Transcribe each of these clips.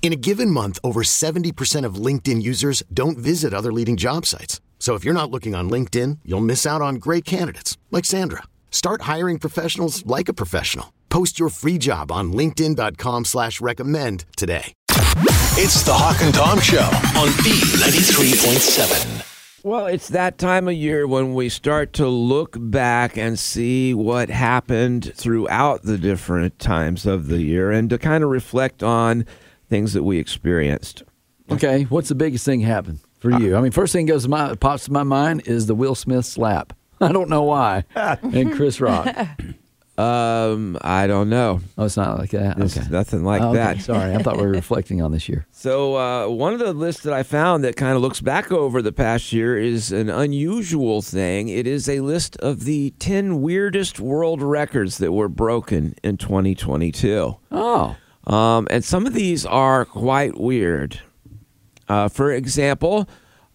In a given month, over 70% of LinkedIn users don't visit other leading job sites. So if you're not looking on LinkedIn, you'll miss out on great candidates like Sandra. Start hiring professionals like a professional. Post your free job on LinkedIn.com slash recommend today. It's the Hawk and Tom Show on B93.7. Well, it's that time of year when we start to look back and see what happened throughout the different times of the year and to kind of reflect on things that we experienced. Okay, what's the biggest thing happened for you? I mean, first thing goes to my pops to my mind is the Will Smith slap. I don't know why. and Chris Rock. Um, I don't know. Oh, it's not like that. It's Okay. nothing like Oh, okay. that. Sorry, I thought we were reflecting on this year. So uh, one of the lists that I found that kind of looks back over the past year is an unusual thing. It is a list of the 10 weirdest world records that were broken in 2022. Oh, Um, and some of these are quite weird. Uh, for example,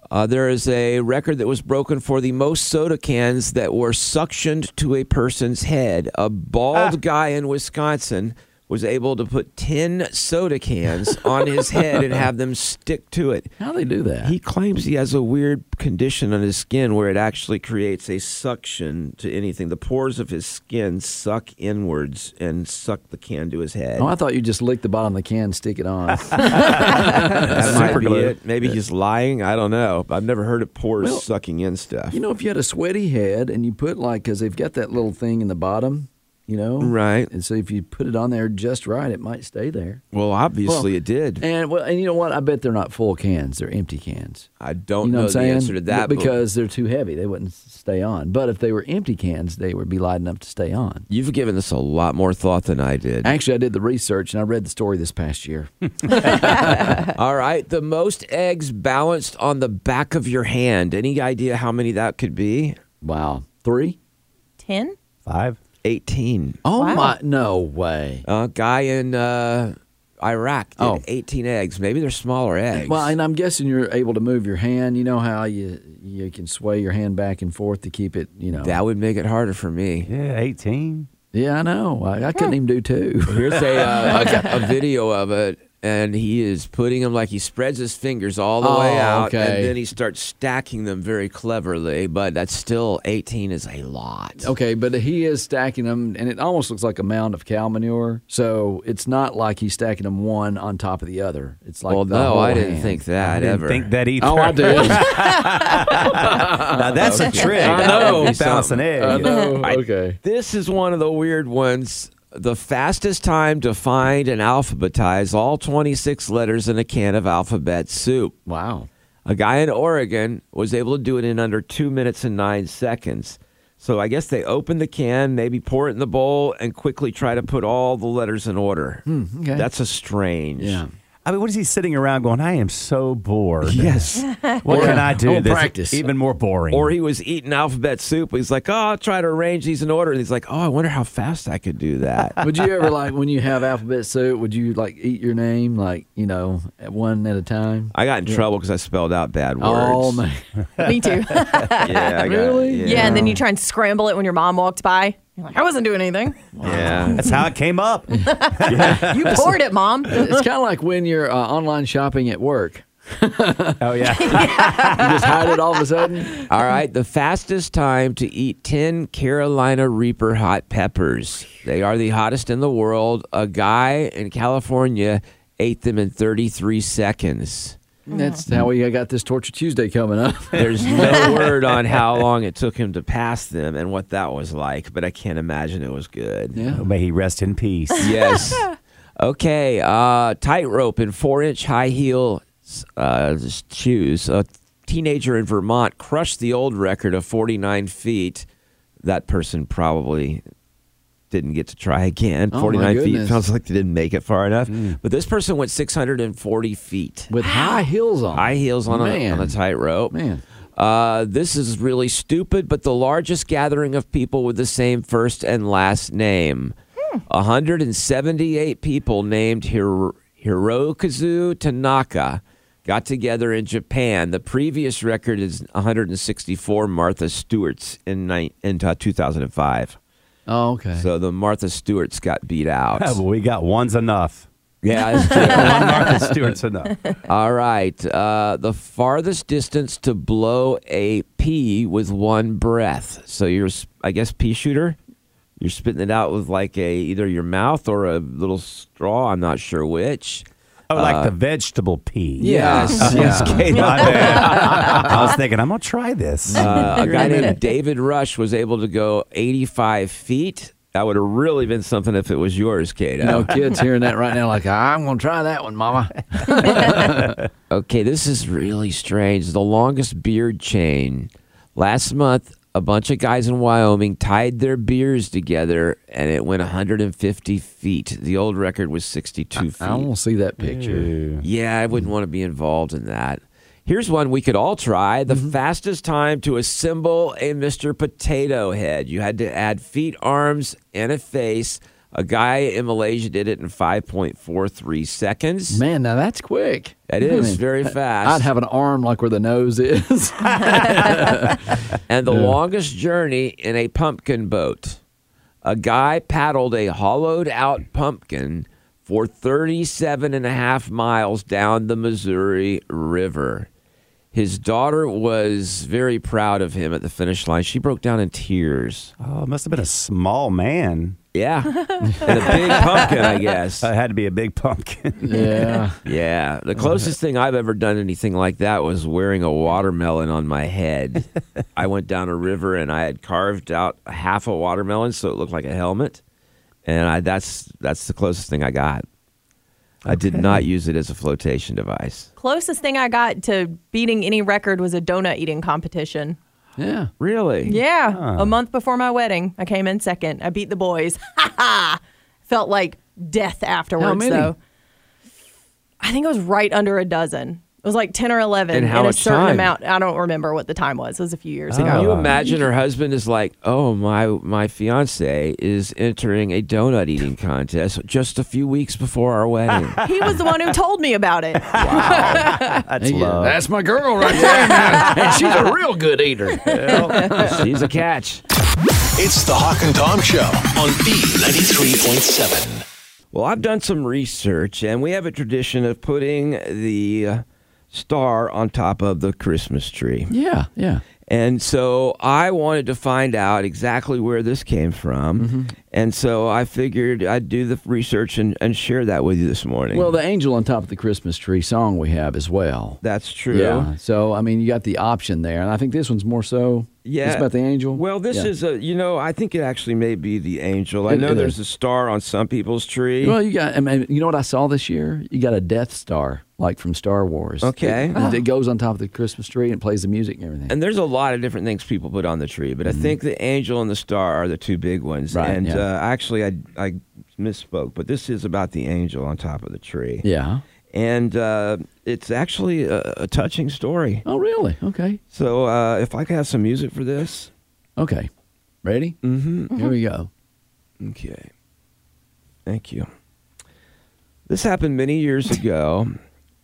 uh, there is a record that was broken for the most soda cans that were suctioned to a person's head. A bald guy in Wisconsin was able to put 10 soda cans on his head and have them stick to it. how do they do that? He claims he has a weird condition on his skin where it actually creates a suction to anything. The pores of his skin suck inwards and suck the can to his head. oh, I thought you just lick the bottom of the can, stick it on. That might be it. Maybe he's lying. I don't know. I've never heard of pores Well, sucking in stuff. you know, if you had a sweaty head and you put like, because they've got that little thing in the bottom, you know? Right. And so if you put it on there just right, it might stay there. well, obviously Well, it did. And well, and you know what? I bet they're not full cans; they're empty cans. I don't you know, know, what I'm the saying? answer to that B- but because they're too heavy. They wouldn't s- stay on. But if they were empty cans, they would be light enough to stay on. You've given this a lot more thought than I did. Actually, I did the research and I read the story this past year. Hmm. All right, the most eggs balanced on the back of your hand. Any idea how many that could be? wow, three? 10? Five. Eighteen. Oh my! No way. A guy in uh, Iraq did Oh. eighteen eggs. Maybe they're smaller eggs. Well, and I'm guessing you're able to move your hand. You know how you you can sway your hand back and forth to keep it. You know. that would make it harder for me. Yeah, 18. yeah, I know. I, I couldn't even do two. Here's a, uh, a, a video of it, and he is putting them like he spreads his fingers all the way Oh, out, okay. and then he starts stacking them very cleverly. But that's still 18 is a lot. Okay, but he is stacking them, and it almost looks like a mound of cow manure. So it's not like he's stacking them one on top of the other. It's like well, the no, whole I didn't hand. think that I didn't ever. think that e- either. Oh, I did. Now, that's a trick. I know. You bounce an egg. I know. Oh, okay. This is one of the weird ones. The fastest time to find and alphabetize all 26 letters in a can of alphabet soup. Wow. A guy in Oregon was able to do it in under two minutes and nine seconds. So I guess they open the can, maybe pour it in the bowl, and quickly try to put all the letters in order. Hmm, okay. That's a strange. Yeah. I mean, what is he sitting around going, I am so bored. Yes. What can I do I want that's practice. even more boring? or he was eating alphabet soup. He's like, oh, I'll try to arrange these in order. And he's like, oh, I wonder how fast I could do that. Would you ever like when you have alphabet soup? Would you like eat your name like you know at one at a time? I got in trouble because I spelled out bad words. Oh man! Me too. yeah. Yeah, I got- Really? yeah. and then you try and scramble it when your mom walked by. You're like, I wasn't doing anything. yeah. that's how it came up. You poured it, mom. It's kind of like when you're uh, online shopping at work. oh, yeah. You just hide it all of a sudden. All right, the fastest time to eat 10 Carolina Reaper hot peppers. They are the hottest in the world. A guy in California ate them in 33 seconds. That's how we got this Torture Tuesday coming up. There's no word on how long it took him to pass them and what that was like, but I can't imagine it was good. Yeah. Oh, May he rest in peace. Yes. okay. Uh, tightrope in four-inch high heel uh, shoes. A teenager in Vermont crushed the old record of 49 feet. That person probably didn't get to try again. Oh, my 49 feet goodness. Hmm. sounds like they didn't make it far enough. But this person went 640 feet. With high heels on. High heels on a, Oh, Man. on a tightrope. Man. Uh, this is really stupid, but the largest gathering of people with the same first and last name. 178 people named Hiro- Hirokazu Tanaka got together in Japan. The previous record is 164 Martha Stewart's in, ni- in uh, 2005. Oh, okay. So the Martha Stewart's got beat out. Yeah, but Oh, we got one's enough. yeah, that's true. One Martha Stewart's enough. All right. Uh, the farthest distance to blow a pea with one breath. So you're, s- I guess, pea shooter. You're spitting it out with like a either your mouth or a little straw. I'm not sure which. Oh, like the vegetable pea. Yes. yes. Okay, my bad. I was thinking I'm gonna try this. Uh, a guy named David Rush was able to go 85 feet. That would have really been something if it was yours, Kato. No kids hearing that right now, like, I'm going to try that one, mama. Okay, this is really strange. The longest beard chain. Last month, a bunch of guys in Wyoming tied their beards together and it went 150 feet. The old record was 62 feet. I won't see that picture. Yeah, I wouldn't want to be involved in that. Here's one we could all try. Mm-hmm. The fastest time to assemble a Mr. Potato Head. You had to add feet, arms, and a face. A guy in Malaysia did it in 5.43 seconds. Man, now that's quick. That I is mean, very fast. I'd have an arm like where the nose is. and the longest journey in a pumpkin boat. A guy paddled a hollowed out pumpkin for 37 and a half miles down the Missouri River. His daughter was very proud of him at the finish line. She broke down in tears. oh, it must have been a small man. Yeah. and a big pumpkin, I guess. Uh, It had to be a big pumpkin. yeah. Yeah. The closest thing I've ever done anything like that was wearing a watermelon on my head. I went down a river and I had carved out half a watermelon so it looked like a helmet. And I, that's that's the closest thing I got. I did not use it as a flotation device. Closest thing I got to beating any record was a donut eating competition. Yeah. Really? Yeah, a month before my wedding, I came in second. I beat the boys. Ha ha! Felt like death afterwards, How many? though. I think it was right under a dozen. It was like ten or eleven, And how in a much certain time? amount. I don't remember what the time was. It was a few years Can ago. you imagine her husband is like, "Oh my, my fiance is entering a donut eating contest just a few weeks before our wedding." He was the one who told me about it. That's Yeah, love. That's my girl right there. man. and she's a real good eater. She's a catch. It's the Hawk and Tom Show on B93.7. Well, I've done some research, and we have a tradition of putting the uh, star on top of the Christmas tree. Yeah. Yeah. And so I wanted to find out exactly where this came from. Mm-hmm. And so I figured I'd do the research and, and share that with you this morning. Well, the angel on top of the Christmas tree song we have as well. that's true. Yeah. So I mean, you got the option there, and I think this one's more so. Yeah. It's about the angel. Well, this Yeah. is a, you know, I think it actually may be the angel. I It- know it there's is. a star on some people's tree. Well, you got. I mean, you know what I saw this year? You got a Death Star, like from Star Wars. Okay. Ah. It, it goes on top of the Christmas tree and plays the music and everything. and there's a lot of different things people put on the tree, but I think the angel and the star are the two big ones. Mm-hmm. Right, and yeah. uh, actually, I, I misspoke, but this is about the angel on top of the tree. yeah. And uh, it's actually a, a touching story. Oh, really? Okay. So uh, if I could have some music for this. Okay. Ready? Mm-hmm. Here we go. Okay. Thank you. This happened many years ago.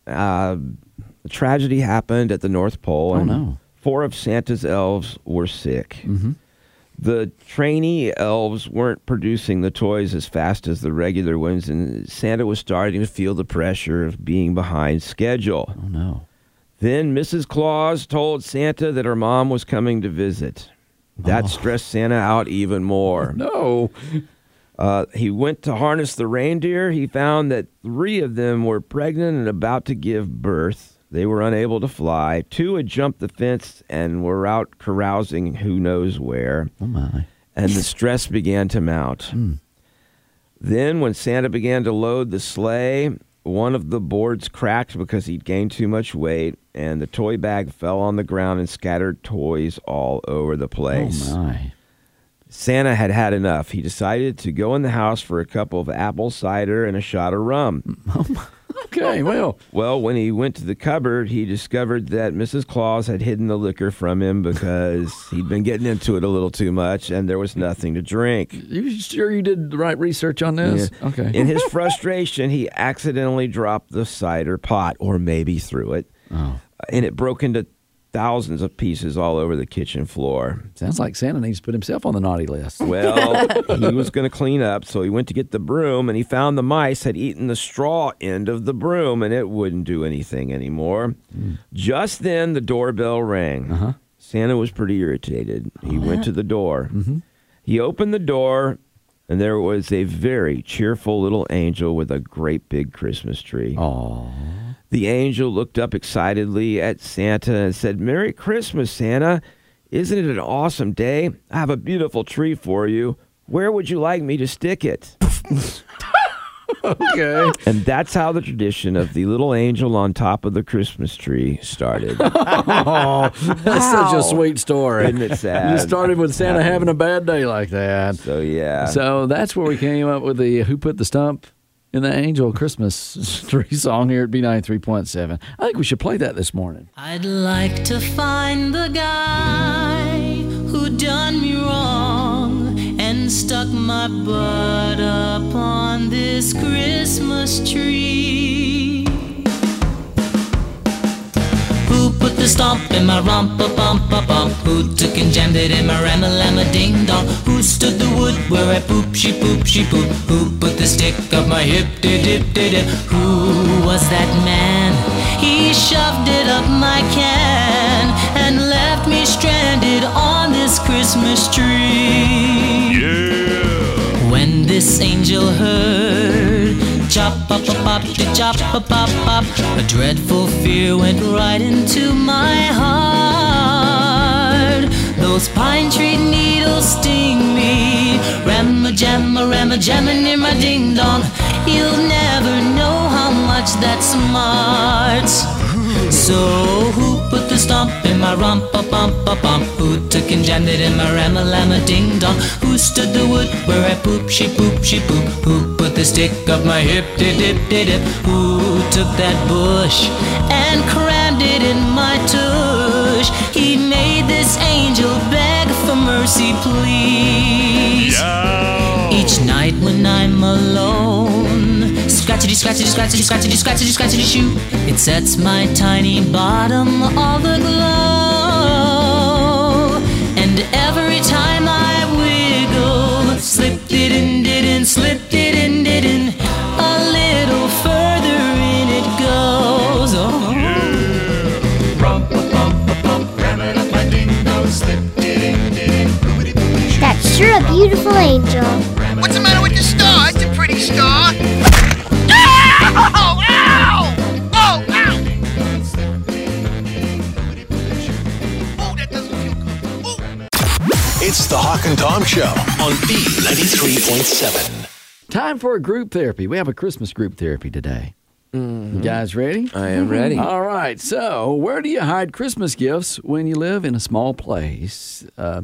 Uh, a tragedy happened at the North Pole, Oh, and no. Mm-hmm. four of Santa's elves were sick. The trainee elves weren't producing the toys as fast as the regular ones, and Santa was starting to feel the pressure of being behind schedule. Oh no. Then Mrs. Claus told Santa that her mom was coming to visit. That stressed Santa out even more. Oh. No. Uh, he went to harness the reindeer. He found that three of them were pregnant and about to give birth. They were unable to fly. Two had jumped the fence and were out carousing who knows where. Oh my. and the stress began to mount. Hmm. Then, when Santa began to load the sleigh, one of the boards cracked because he'd gained too much weight, and the toy bag fell on the ground and scattered toys all over the place. Oh my. Santa had had enough. He decided to go in the house for a cup of apple cider and a shot of rum. Okay, well, Well, when he went to the cupboard, he discovered that Mrs. Claus had hidden the liquor from him because he'd been getting into it a little too much and there was nothing to drink. you sure you did the right research on this? Yeah. Okay. In his frustration, he accidentally dropped the cider pot, or maybe threw it, oh, and it broke into thousands of pieces all over the kitchen floor. sounds like Santa needs to put himself on the naughty list. Well, he was going to clean up, so he went to get the broom, and he found the mice had eaten the straw end of the broom, and it wouldn't do anything anymore. Just then, the doorbell rang. Santa was pretty irritated. He went to the door. He opened the door, and there was a very cheerful little angel with a great big Christmas tree. Oh, The angel looked up excitedly at Santa and said, Merry Christmas, Santa. Isn't it an awesome day? I have a beautiful tree for you. Where would you like me to stick it? okay. And that's how the tradition of the little angel on top of the Christmas tree started. That's such a sweet story. Isn't it sad? You started with Santa having a bad day like that. So, yeah. So that's where we came up with the Who Put the Stump in the Angel Christmas tree song here at B93.7. I think we should play that this morning. I'd like to find the guy who done me wrong and stuck my butt up on this Christmas tree. Who put the stomp in my rump a bump a bump? Who took and jammed it in my ram a lam a ding dong? Who stood the wood where I poop she poop she poop? Who put the stick up my hip de dip de dip? Who was that man? He shoved it up my can and left me stranded on this Christmas tree. When this angel heard chop pop a pop de chop a pop pop, a dreadful fear went right into my heart. Those pine tree needles sting me. Ram a jam a ram a jam a near my ding dong. You'll never know how much that smarts. So who put the stomp in my rump a bump a bump? Who took and jammed it in my ram a lam a ding dong? Who stood the wood where I poop she poop she poop? Who put the stick up my hip de dip de dip? Who took that bush and crammed it in my tush? He made this angel beg for mercy, please. Each night when I'm alone, scratchity, scratchity, scratchity, scratchity, scratchity, scratchity, shoe. It sets my tiny bottom all aglow. And every time I wiggle, slipped it in, didn't, slipped it in, didn't. A little further in it goes. Oh. That's sure a beautiful angel. What's the matter with your star? It's a pretty star. Ow! Ow! Whoa! Ow! Oh, that doesn't feel good. Ooh. It's the Hawk and Tom Show on B93.7. Time for a group therapy. We have a Christmas group therapy today. You guys ready? Mm-hmm. Mm-hmm. I am ready. All right. So, where do you hide Christmas gifts when you live in a small place? Uh,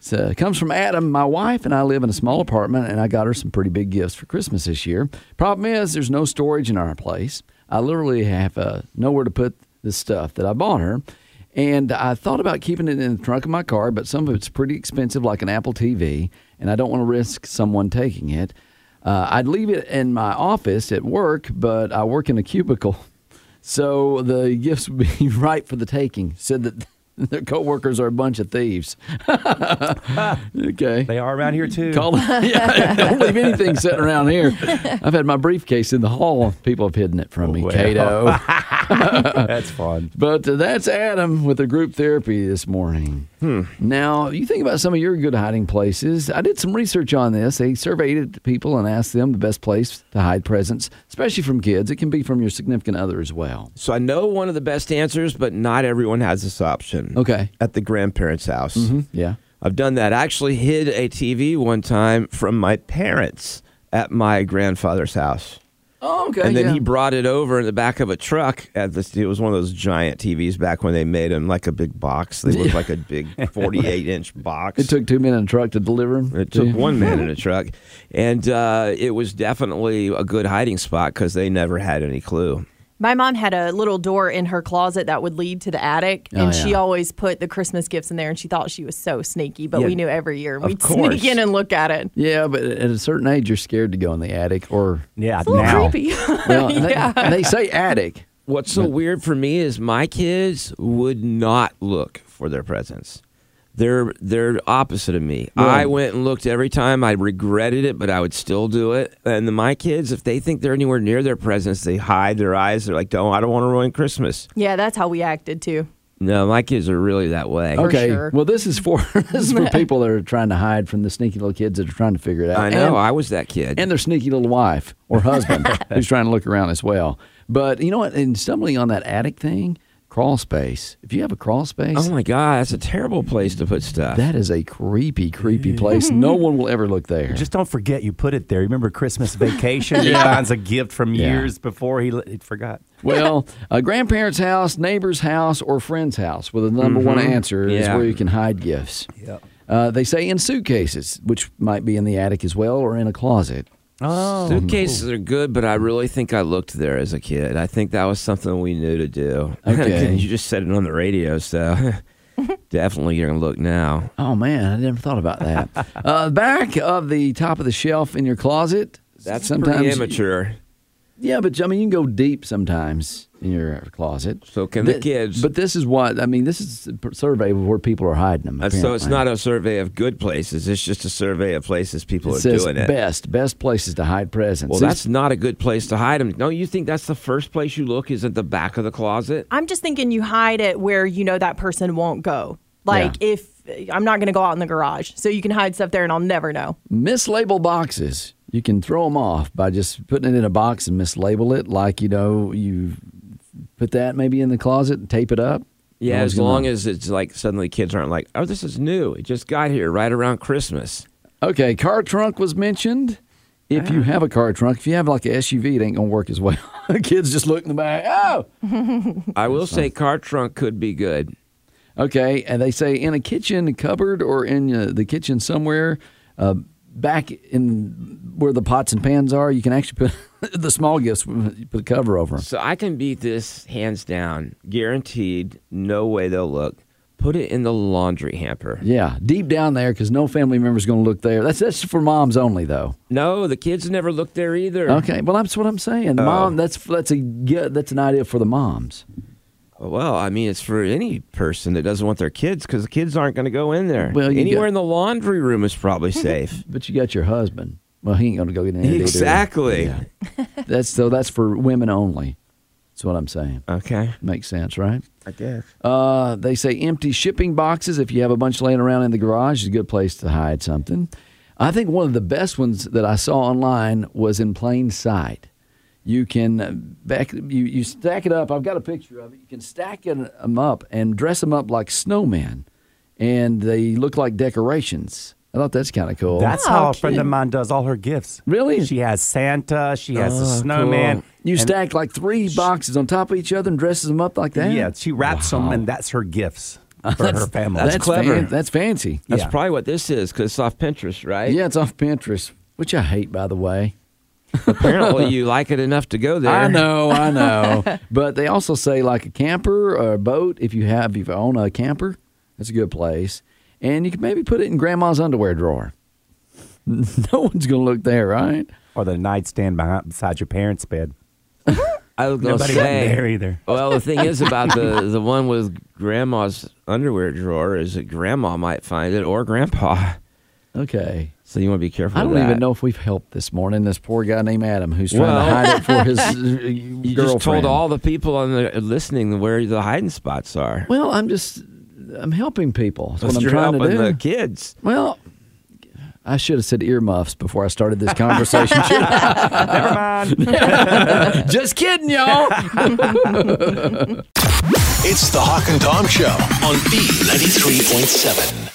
so it comes from Adam. My wife and I live in a small apartment, and I got her some pretty big gifts for Christmas this year. Problem is, there's no storage in our place. I literally have uh, nowhere to put the stuff that I bought her. And I thought about keeping it in the trunk of my car, but some of it's pretty expensive, like an Apple TV, and I don't want to risk someone taking it. Uh, I'd leave it in my office at work, but I work in a cubicle. So the gifts would be ripe for the taking. Said that their coworkers are a bunch of thieves. okay. They are around here too. Call, yeah, don't leave anything sitting around here. I've had my briefcase in the hall. People have hidden it from me, Well. Cato. That's fun. But uh, that's Adam with the group therapy this morning. Hmm. Now, you think about some of your good hiding places. I did some research on this. They surveyed people and asked them the best place to hide presents, especially from kids. It can be from your significant other as well. So I know one of the best answers, but not everyone has this option. Okay. Mm-hmm. At the grandparents' house. Yeah. I've done that. I actually hid a TV one time from my parents at my grandfather's house. Oh, okay. and then yeah. he brought it over in the back of a truck at this it was one of those giant TVs back when they made them like a big box. They looked like a big 48 inch box. It took two men in a truck to deliver him. It took one man in a truck, and uh, it was definitely a good hiding spot because they never had any clue. My mom had a little door in her closet that would lead to the attic, Oh, and she yeah. always put the Christmas gifts in there, and she thought she was so sneaky, but Yeah, we knew every year. We'd course. sneak in and look at it. Yeah, but at a certain age, you're scared to go in the attic or yeah, It's a little creepy. Well, and they- and they say attic. What's so weird for me is my kids would not look for their presents. They're they're opposite of me. Really? I went and looked every time. I regretted it, but I would still do it. And my kids, if they think they're anywhere near their presents, they hide their eyes. They're like, "Don't I don't want to ruin Christmas." yeah, that's how we acted too. No, my kids are really that way. okay. Well, this is for this is for people that are trying to hide from the sneaky little kids that are trying to figure it out. I know. And- I was that kid. and their sneaky little wife or husband who's trying to look around as well. But you know what? And stumbling on that attic thing, crawl space. If you have a crawl space, Oh my God, that's a terrible place to put stuff. that is a creepy, creepy place. No one will ever look there. Just don't forget you put it there. Remember Christmas vacation? He Yeah. finds a gift from Yeah. years before he, he forgot. well, a grandparent's house, neighbor's house, or friend's house with the number one Mm-hmm. Mhm. answer is Yeah. where you can hide gifts. Uh, they say in suitcases, which might be in the attic as well or in a closet. Oh, suitcases are good, but I really think I looked there as a kid. I think that was something we knew to do. Okay. you just said it on the radio, so definitely you're gonna look now. Oh man, I never thought about that. uh, back of the top of the shelf in your closet. That's sometimes pretty immature. Yeah, but I mean, you can go deep sometimes in your closet. So can the kids. But this is what I mean. This is a survey of where people are hiding them. Uh, so it's apparently. not a survey of good places. It's just a survey of places people It are says doing it. best best places to hide presents. Well, It's- that's not a good place to hide them. No, you think that's the first place you look is at the back of the closet? I'm just thinking you hide it where you know that person won't go. Like if I'm not going to go out in the garage, so you can hide stuff there, and I'll never know. mislabel boxes. You can throw them off by just putting it in a box and mislabel it, like you know you put that maybe in the closet and tape it up. Yeah, as No one's gonna- long as it's like suddenly kids aren't like, oh, this is new. It just got here right around Christmas. Okay, car trunk was mentioned. If Ah. you have a car trunk, if you have like an SUV, it ain't gonna work as well. Kids just look in the back. Oh, I will say car trunk could be good. okay. And they say in a kitchen cupboard or in uh, the kitchen somewhere, uh, back in where the pots and pans are, you can actually put the small gifts. You put a cover over them. So I can beat this hands down, guaranteed. No way they'll look. Put it in the laundry hamper. Yeah, deep down there, because no family member's gonna look there. That's that's for moms only, though. No, the kids never look there either. Okay, well that's what I'm saying. The Mom, that's that's a yeah, that's an idea for the moms. Well, I mean, it's for any person that doesn't want their kids because the kids aren't going to go in there. Well, you anywhere got- in the laundry room is probably safe. But you got your husband. Well, he ain't gonna go get in there. either. exactly. That's so. That's for women only. That's what I'm saying. Okay, makes sense, right? I guess. Uh, they say empty shipping boxes. If you have a bunch laying around in the garage, is a good place to hide something. I think one of the best ones that I saw online was in plain sight. You can uh, back you, you stack it up. I've got a picture of it. You can stack them up and dress them up like snowmen, and they look like decorations. I thought that's kind of cool. That's how a friend of mine does all her gifts. Really? She has Santa. She has Oh, a snowman. cool. You and- stack like three boxes on top of each other and dresses them up like that. Yeah, she wraps them, and that's her gifts for her family. That's, clever. that's fancy. That's yeah. probably what this is because it's off Pinterest, right? yeah, it's off Pinterest, which I hate, by the way. Apparently, you like it enough to go there. I know, I know. but they also say like a camper or a boat. If you have, if you own a camper, that's a good place. And you can maybe put it in grandma's underwear drawer. No one's gonna look there, right? Or the nightstand behind beside your parents' bed. I was going to Nobody went say there either. Well, the thing is about the the one with grandma's underwear drawer is that grandma might find it or grandpa. Okay. So you want to be careful. I of don't that. even know if we've helped this morning. This poor guy named Adam who's trying Well, to hide it for his uh, You girlfriend. just told all the people on the listening where the hiding spots are. Well, I'm just I'm helping people. That's what I'm You're trying to helping do. the kids. Well, I should have said earmuffs before I started this conversation. shouldn't I? Just kidding, y'all. It's the Hawk and Tom Show on B93.7.